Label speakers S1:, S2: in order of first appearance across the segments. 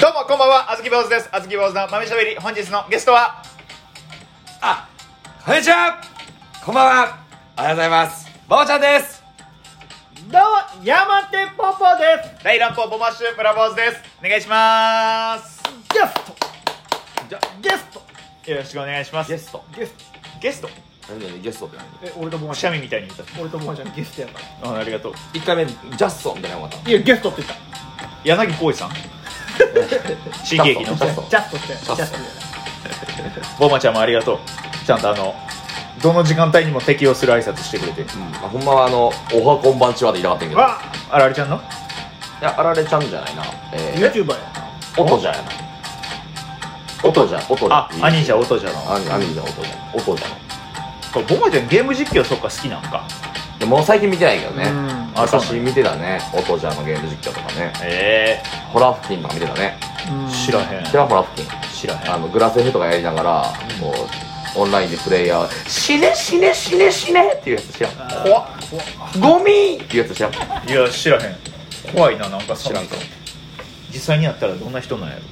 S1: どうもこんばんはあずき坊主ですあずき坊主の豆しゃべり本日のゲストは
S2: あ、こんにちはこんばんはおはようございますばおちゃんです
S3: どうも、山手ポポで
S1: 大乱歩ボマッシュプラ坊主ですお願いします
S3: す。ゲスト。
S2: じゃ
S3: ゲスト。
S1: よろしくお願いします
S2: ゲスト
S3: ゲス
S1: ゲスト
S2: 何々ゲストって何
S3: ト。え、俺とも
S1: お
S3: ま
S1: しゃみみたいに言っ
S3: 俺ともまちゃんゲストやから。
S1: たあありがとう
S2: 一回目ジャストみたいなのがまた
S3: いや、ゲストって言った。
S1: 柳浩二 さん新喜劇の
S2: ジャスト
S3: ジャストって。ジ
S2: ャスト
S3: ャストで。
S1: ボマちゃんもありがとうちゃんとあのどの時間帯にも適用する挨拶してくれて
S2: うん、あほんまはあの「おはこんばんちは」でいなかったんやけど
S3: わ、
S1: あらあれちゃんの
S2: いやあられちゃんじゃないなえ
S3: ユーチューバーや。
S2: ー、音じゃやな音じゃ音じゃ
S1: あ兄者音じゃの
S2: あ兄じゃ音じゃ音じゃのい
S1: これボマちゃんゲーム実況そっか好きなんか
S2: やもう最近見てないけどね
S3: うん
S1: あそうなん
S2: 昔見てたね音じゃのゲーム実況とかね
S1: え
S2: ホラー付近とか見てたね
S1: え知らへん
S2: 知らんホラー付近
S1: 知らへ
S2: あ
S1: ん
S2: のグラスフとかやりながらこうオンラインでプレイヤー「死ね死ね死ね死ね」っていうやつ知らん
S1: 怖っ
S2: ゴミっていうやつ知らん
S1: いや知らへん怖いななんかそ
S2: 知らんか
S1: 実際にやったらどんな人なんやろ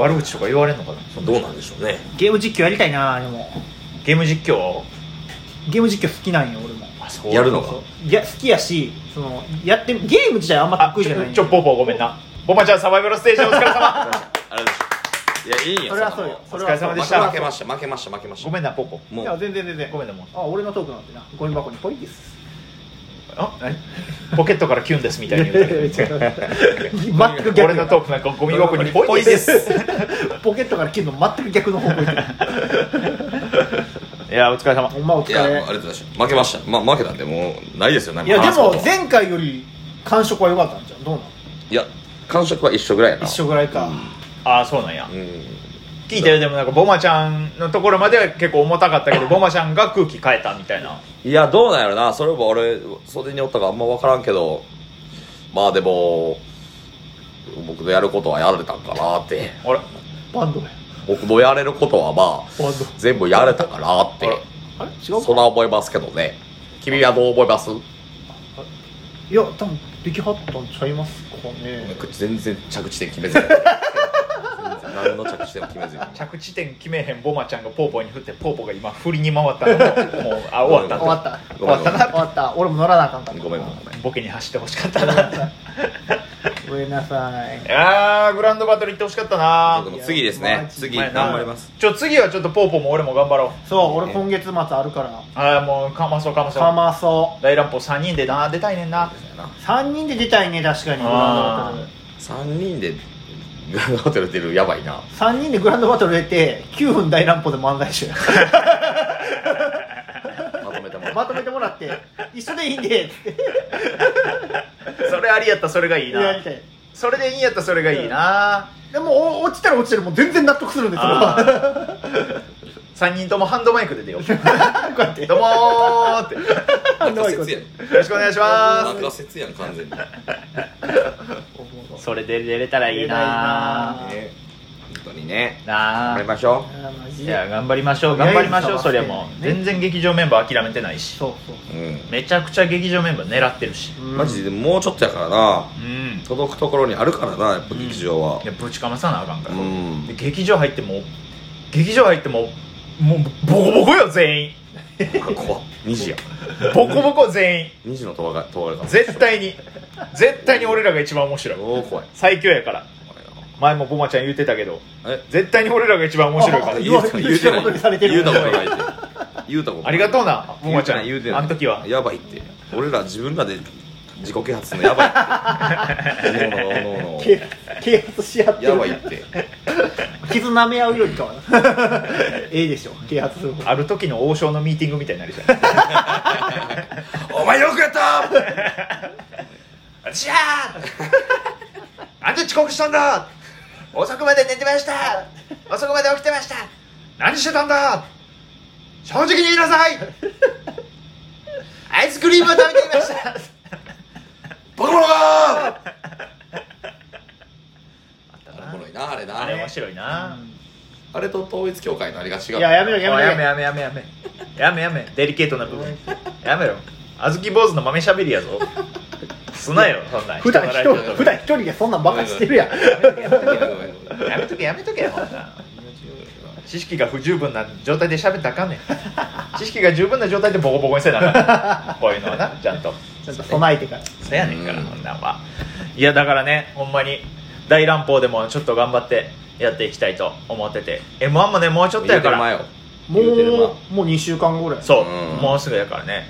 S1: 悪口とか言われんのかなそんな
S2: どうなんでしょうね
S3: ゲーム実況やりたいな、でも。
S1: ゲーム実況
S3: ゲーム実況好きなんよ、俺も。
S1: あそう
S2: やるのか
S3: いや、好きやし、その、やって、ゲーム自体あんま
S1: あ
S3: 得意
S1: ち
S3: じゃな
S1: ょ
S3: い。
S1: ちょポーポーごめんなボマちゃんサバイバルステージお疲れ様
S2: あれでしょいやいいんや
S3: それはそうよ。それ
S1: お疲れ様
S3: は
S1: で
S2: 負
S1: し
S2: け
S1: た
S3: そう
S2: 負けました負けました負けました
S1: ごめんなポーポー
S3: い
S2: も
S3: や、
S2: う
S3: 全然全然。
S1: ごめんねもう
S3: あ、俺のトークなんてな。ゴミ箱にポイです。
S1: あ何ポケットからキュンですみたいに言うたけど
S3: 全く逆
S1: 俺のトークなんかゴミ箱にポイ
S3: で
S1: ですす
S3: ポケットから切るの全く逆の方向行ってる
S1: いやお疲れ様
S3: ほんまお疲
S2: いやもうありがと
S3: れ
S2: うございました負けましたま負けたんでもうないですよ何
S3: いやで
S2: 話すこ
S3: も
S2: とはい
S3: 前回より感触は良かったんじゃんどうなの
S2: や感触は一緒ぐらいやな
S3: 一緒ぐらいか
S1: ああそうなんや
S2: うん
S1: 聞いてるでもなんかボマちゃんのところまでは結構重たかったけどボマちゃんが空気変えたみたいない
S2: やどうなんやろなそれも俺袖におったかあんま分からんけどまあでも僕のやることはやられたんかなって
S1: あれ
S3: バンドや
S2: 僕のやれることはまあ
S3: バンド
S2: 全部やれたかなって
S1: あら
S3: あれ違う
S2: そ
S3: から
S2: 思いますけどね君はどう思います
S3: いや多分できはったんちゃいますかね
S2: 全然着地点決めずに 全然何の着地点も決めずに
S1: 着地点決めへんボマちゃんがポーポーに振ってポーポーが今振りに回ったのももうあ終わった
S3: 終わった
S2: ごめん
S1: 終わった
S3: 終わった俺も乗らなあかんかった
S2: ごめんごめんごめん
S1: ボケに走ってほしかったな
S3: ごめんなさい
S1: いやーグランドバトル行ってほしかったな
S2: でも次です
S3: いや
S2: ね
S3: マジ
S2: 次
S1: 前な
S2: 頑張ります
S1: ちょ次はちょっとポーポーも俺も頑張ろう
S3: そう俺今月末あるからな
S1: ああもうかまそうかまそう
S3: かまそ
S1: 大乱歩3人でな出たいねんな
S3: う3人で出たいね確かにグランドバトル
S2: 3人でグランドホテル出るやばいな
S3: 3人でグランドバトル出て9分大乱歩で漫才しよう
S2: まとめてもらう
S3: まとめてもらって一緒でいいんで
S1: それありやったらそれがいいな
S3: やりたい
S1: それでいいんやったらそれがいいな
S3: でもお落ちたら落ちてるもう全然納得するんですよ
S1: あ3人ともハンドマイクで 出よう
S3: こうやって
S1: どうもーってよ
S2: なんか節やん
S1: ろしくお願いしま
S2: なんか節やん完全に
S1: す それで出れたらいいな
S2: ね本当にね
S1: な
S2: 頑張り
S1: あ
S2: ましょ
S3: あーマジ
S1: い
S3: で
S1: や頑張りましょう
S3: とりあ
S1: 頑張
S3: えず
S1: りましょうそ
S3: 探して
S1: りゃもう全然劇場メンバー諦めてないし
S3: そうそう
S2: ううん
S1: めちゃくちゃ劇場メンバー狙ってるし
S3: うん
S2: マジでもうちょっとやからな
S1: うん
S2: 届くところにあるからなやっぱ劇場はい
S1: やぶちかまさなあかんから
S2: うん
S1: で劇場入っても劇場入ってももうボコボコよ全員
S2: 怖っ2時や
S1: ボコボコ全員
S2: 2時の問われ問われかも
S1: 絶対に絶対に俺らが一番面白い
S2: おお怖い
S1: 最強やから
S2: 怖い
S1: 前もボマちゃん言ってたけど
S2: なえ
S1: 絶対に俺らが一番面白いから
S3: あ
S2: 言うた言うてない
S3: 言うたことにされてる
S2: 言うたことないって言うたこと
S1: ありがとうなも
S2: 言
S1: も
S2: う
S1: ち
S2: て
S1: ゃ
S2: なんい言うてない
S1: あの時は
S2: やばいって俺ら自分らで自己啓発するのやばい っておのおのおのおの
S3: 啓 啓発し合って
S2: や
S3: る
S2: ばいって
S3: 傷舐め合うよりかは ええでしょ啓発する方が
S1: ある時の王将のミーティングみたいになるじゃん
S2: お前よくやった
S1: じゃああんた遅刻したんだ遅くまで寝てました遅くまで起きてました何してたんだ正直に言いな さいアイスクリームを食べていました
S2: ボコボコあれおもろいなあれな
S1: あれ面白いな
S2: あれと統一教会のあれが違
S3: いうややめろやめろ
S1: やめやめやめやめやめやめデリケートな部分やめろあずき坊主の豆しゃべりやぞすなよそんなん
S3: 普段一
S1: 人のライ
S3: 人
S1: ブ
S3: 普段一人でそんなんバカしてるやん
S1: やめとけやめとけやめとけこんなん知識が不十分な状態で喋ったらあかんねん知識が十分な状態でボコボコにせなあかんねんこういうのはなちゃんと
S3: ちょっと備えてから
S1: そやねんから
S2: うん
S1: こんなんはいやだからねほんまに大乱暴でもちょっと頑張ってやっていきたいと思ってて m 1もねもうちょっと
S2: 言
S1: や
S2: うて
S1: か
S2: る前
S1: ら
S2: よ
S3: も
S2: 言うてるな
S3: うもう2週間後ぐらい
S1: そう、
S2: うん
S1: もうすぐやからね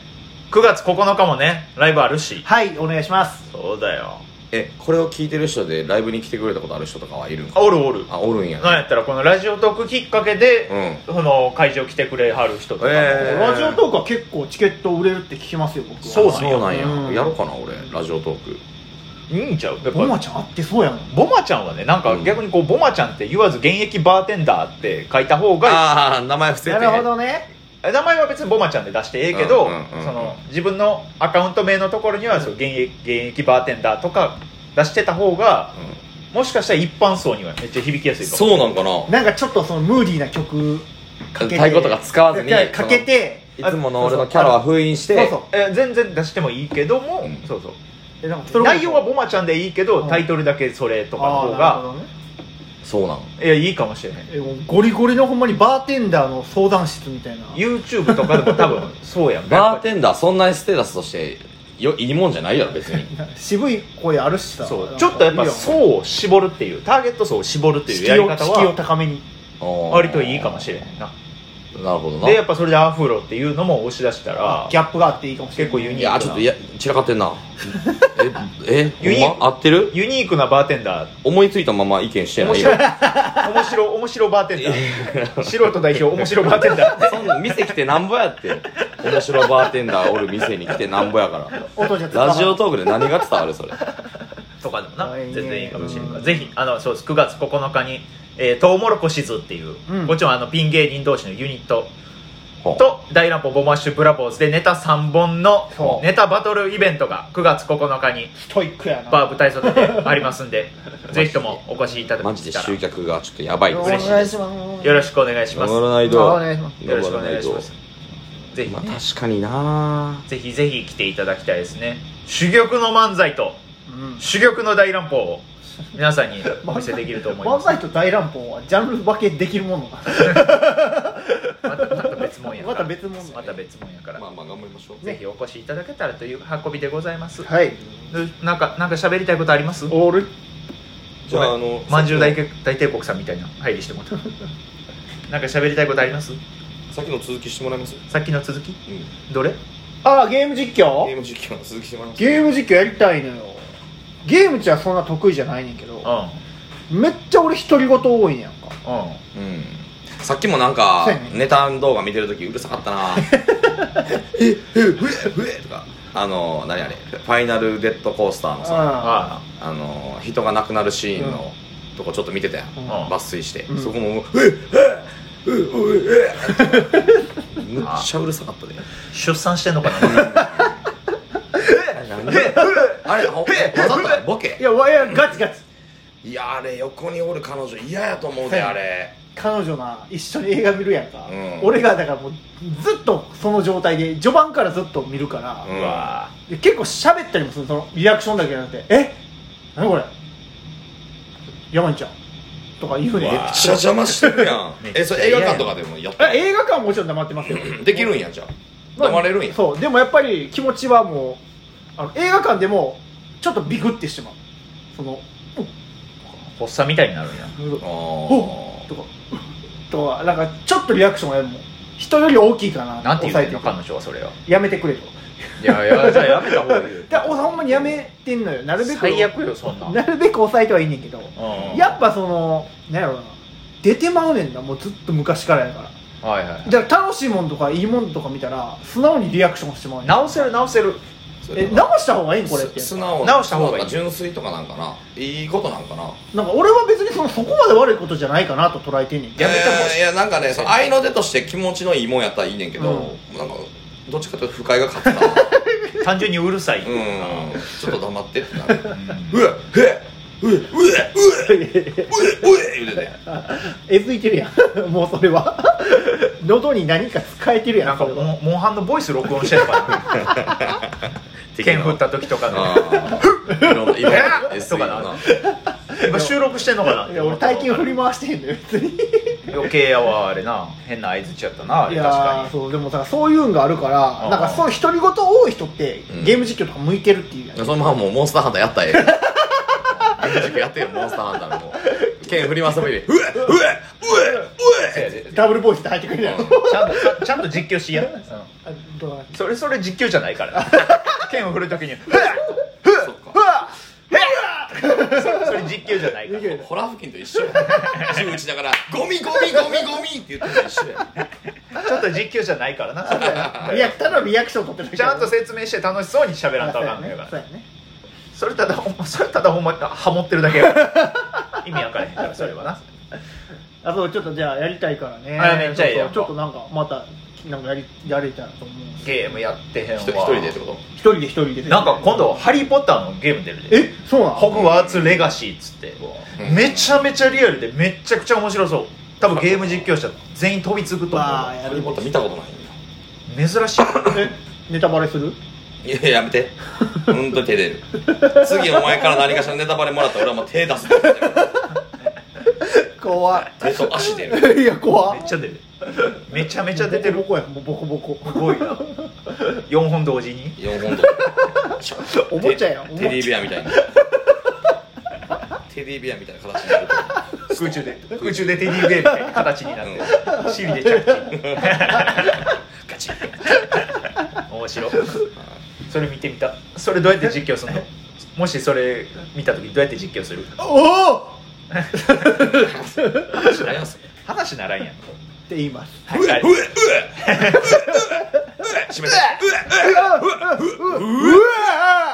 S1: 9月9日もねライブあるし
S3: はいお願いします
S1: そうだよ
S2: えこれを聞いてる人でライブに来てくれたことある人とかはいるんか
S1: あおるおる
S2: あおるんや
S1: なんやったらこのラジオトークきっかけで、
S2: うん
S1: その会場来てくれはる人とかも、
S2: えー
S3: ラジオトークは結構チケット売れるって聞きますよ僕は
S1: そうなんや
S2: そうなんや
S3: うん
S2: やろうかな俺ラジオトーク
S1: いいんちゃうやっぱ
S3: ボマちゃんあってそうやん
S1: ボマちゃんはねなんか逆にこう、ボマちゃんって言わず現役バーテンダーって書いた方が
S2: ああ名前伏せて
S3: なるほどね
S1: 名前は別にボマちゃんで出してええけど、
S2: うんうんうんうん
S1: その自分のアカウント名のところには、そう現役現役バーテンダーとか出してた方が
S2: う
S1: もしかしたら一般層にはめっちゃ響きやす
S2: ん
S1: いかも
S2: そうなんかな
S3: なんかちょっとそのムーディーな曲かけて
S2: 太鼓とか使わずに
S3: いやかけて
S2: いつもの俺のキャラは封印して
S3: そう
S1: えー全然出してもいいけども、
S2: うん
S1: そうそう
S3: えなんかそれこそ
S1: 内容はボマちゃんでいいけど、
S3: うん
S1: タイトルだけそれとかの
S3: あ
S1: 方
S3: ーなる
S1: が
S3: ほどね
S2: そうなん
S1: いやいいかもしれない
S3: えもうゴリゴリのほんまにバーテンダーの相談室みたいな
S1: YouTube とかでも多分そうやんか
S2: バーテンダーそんなステータスとしてよいいもんじゃないやろ別 に
S3: 渋い声あるしさ
S1: そうちょっとやっぱ
S3: う
S1: 層を絞るっていうターゲット層を絞るっていうやり方
S3: 敷居を
S1: は
S3: 高めに
S1: 割といいかもしれ
S2: ん
S1: ないな
S2: なるほどな
S1: でやっぱそれでアフロっていうのも押し出したら
S3: ギャップがあっていいかもしれな
S1: 結
S3: い
S1: 構ユニーク
S2: い
S1: な
S2: やちょっといや散らかってんな え
S1: ユ
S2: え
S1: ニ
S2: ほんま合ってる
S1: ユニークなバーテンダー
S2: 思いついたまま意見してな
S1: 面
S2: い
S1: 白い
S2: よ
S1: 面白 面白バーテンダー素人代表面白バーテンダー
S2: そんな店来てなんぼやって面白バーテンダーおる店に来てなんぼやから
S3: 音じゃ
S2: ラジオトークで何が伝わるそれ
S1: とかでもな
S3: はい
S1: 全然いいかもしれんから
S3: うん
S1: ぜひあのそうです9月9日に「えートウモロコシズ」っていう、
S3: うん
S1: もちろんあのピン芸人同士のユニット
S2: ほう
S1: と大乱歩ボマッシュブラボーズでネタ3本の
S3: そう
S1: ネタバトルイベントが9月9日に
S3: ストイックやな
S1: バー舞台袖でありますん でぜひともお越しいただ
S2: マ
S1: け
S2: ジで
S1: たら
S2: 集客がちょっとやばい
S3: お
S2: です
S1: 嬉
S3: 願
S1: し
S3: い
S1: い
S3: し
S1: で
S3: ますす
S1: よろしくお願いします
S2: 登
S1: よ
S2: らない
S3: あお
S2: と
S3: 願いします
S1: ろしくお願いしますぜひ
S2: まあ
S1: ね
S2: 確かにな
S1: ぜひぜひ来ていただきたいですね珠玉の漫才と
S3: うん
S1: 珠玉の大乱歩を皆さんにお見せできると思いま
S3: 漫
S1: す
S3: 才と大乱歩はジャンル分けできるものな
S1: またまた別もんやから
S3: また別もん
S1: また別もんやから、
S2: まあまあ頑張りましょう
S1: ぜひお越しいただけたらという運びでございます、
S3: はい
S1: でなんかなんか喋りたいことあります
S3: オール
S2: じゃああの
S1: まんじゅう大大帝国さんみたいな入りしてもらったなんか喋りたい ことあります
S2: さっきの続きしてもらいます
S1: さっきの続き
S2: うんゲ
S1: どれ
S3: ああゲーム実況
S2: ーム実況の続きしてもらいます
S3: ゲーム実況やりたいのよゲームじゃそんな得意じゃないねんけど
S1: うんうん
S3: めっちゃ俺独り言多いねやんか
S2: うんさっきもなんか
S3: そうやね
S2: ネタ動画見てるときうるさかったなええええええとかあの何あれファイナルデッドコースターのさ
S3: あ
S1: あ
S2: あの人が亡くなるシーンのとこちょっと見てたやん
S3: うん
S2: 抜粋して
S3: うん
S2: そこももう「ええええええええむっちゃうるさかったで
S1: あ出産してんのかな
S2: 何あれわざとボ
S3: い
S2: ケ
S3: やわいやガチガチ
S2: いやあれ横におる彼女嫌やと思うであれ
S3: 彼女が一緒に映画見るやんか、
S2: うん
S3: 俺がだからもうずっとその状態で序盤からずっと見るから、
S2: うん
S1: うわぁ
S3: で結構喋ったりもするそのリアクションだけじゃなくて「え何これ山ちゃん」とか言うね
S2: めっちゃ邪魔してるやん
S1: めっちゃ
S2: えそれ映画館とかでもやっ
S3: え
S2: た
S3: 映画館はもちろん黙ってますよ
S2: できるんやじゃあ飲まれるんや
S3: そうでもやっぱり気持ちはもうあの映画館でもちょっとビクってしてまうその
S1: 発作みたいになるんや
S3: 「う
S2: あ
S3: っ
S2: ー
S3: とか「とかなんかちょっとリアクションがもう人より大きいかな
S1: なんて言うてんの
S3: 抑え
S1: 彼女はそれを
S3: てやめてくれと。
S1: いやいやじゃあやめた方がいい よ
S3: だからほんまにやめてんのよなるべく
S1: 最悪よそんなん
S3: なるべく抑えてはいいねんけど
S1: うん
S3: やっぱそのなんやろうな出てまうねんなもうずっと昔からやか
S1: はいはい
S3: らだから楽しいもんとかいいもんとか見たら素直にリアクションしてまうねん
S1: 直せる直せる
S2: それ
S3: え直した方がいいんこれって
S2: す素直に
S1: 直した方がいい
S2: そうか純粋とかなんかないいことなんかな
S3: なんか俺は別にそのそこまで悪いことじゃないかなと捉えてんねん
S1: やめてほしい
S2: えーいやなんかねその愛の手として気持ちのいいもんやったらいいねんけど、なんかどっちかというと不快が勝つな
S1: 単純にうるさいって
S2: う
S1: いうん
S2: ちょっと黙ってってなる
S1: かうん
S2: うえへうえうえうえうえうえ言うてね
S3: えずいてるやん もうそれは喉に何か使えてるや
S1: なんんか
S3: それ
S1: モ
S3: は
S1: ンモンハンのボイス録音してるから
S2: 的な
S1: 剣振った時とか
S2: あ
S1: の
S2: ーいろんないろんな
S1: え
S2: SE
S1: とか
S2: の
S1: な
S2: な
S1: 今収録してんのかなっ
S3: い
S1: て
S3: や俺大金振り回してへんだよ別に
S1: 余計やわあれな変な相づちやったなあ
S3: い
S1: れ確
S3: やー
S1: か
S3: そうでもさそういうんがあるから
S1: うん
S3: なんかそういう独り言多い人って
S2: うん
S3: ゲーム実況とか向いてるっていうやん、
S2: そのままもうモンスターハンターやったらええゲーム塾やってよモンスターハンターのもう剣振り回すたびに「うえうえうえう
S1: に
S2: え」
S1: せやで
S3: ダブルボイスで入ってくるじゃん、あ
S1: ちゃんとちゃんちゃんと実況しやうん
S3: どうだっ
S1: それそれ実況じゃないから 剣を振る時に「ふっ
S2: そっか
S1: ふわふわふわ それそれ実況じゃないか
S3: け
S1: ら
S2: ホラー付近と一緒やん銃撃ちながら「ゴミゴミゴミゴミ」って言ってるの一緒やん
S1: ちょっと実況じゃないからな
S3: リアクただのリアクション取ってるだけ
S1: ちゃんと説明して楽しそうに喋らんとあかんのやか
S3: そう
S1: ら
S3: やね
S1: それただほんまそれただほんまハモってるだけやから意味わからへんからそれはな
S3: あそうちょっとじゃあやりたいからね
S1: あめっちゃええやん
S3: そうそうちょっとなんかまたなんかやりやれたらと思うんですけ
S1: ゲームやってへんわ
S2: 一人一人でってこ
S3: ど一人で一人で
S1: なんか今度「ハリー・ポッター」のゲーム出るで
S3: えそうな
S1: ホ
S3: の
S1: グワーツ・レガシーっつって
S2: ん
S1: めちゃめちゃリアルでめっちゃくちゃ面白そう多分ゲーム実況者全員飛びつくと思
S3: まあ
S1: う
S2: と
S3: や
S2: ハリ
S3: る
S2: ー・ポッター見たことないんだ
S1: 珍しい
S3: えネタバレする
S2: いややめてうんと手出る次お前から何かしらネタバレもらったら俺はもう手出す
S3: 怖い
S2: 手と足出る
S3: いや怖
S1: め
S3: い
S1: っちゃ出るめちゃめちゃ出て
S3: ボ
S1: る
S3: コボコやもうボコボコ
S1: すごいな4本同時に
S2: 4本と
S3: おもちゃやんおもち
S2: テ
S3: ゃ
S2: ディベアみたいなテディベアみたいな形になる
S1: 空中で空中でテディベアみたいな形になって尻で着地
S2: ガチッ
S1: 面白いそれ見てみたそれどうやって実況するのもしそれ見た時どうやって実況する
S3: おおっ
S2: 知らんやんす
S1: 話ならんやん
S3: て言います
S2: うえうえうえうえうえうえ閉めてうえうえ
S3: うわー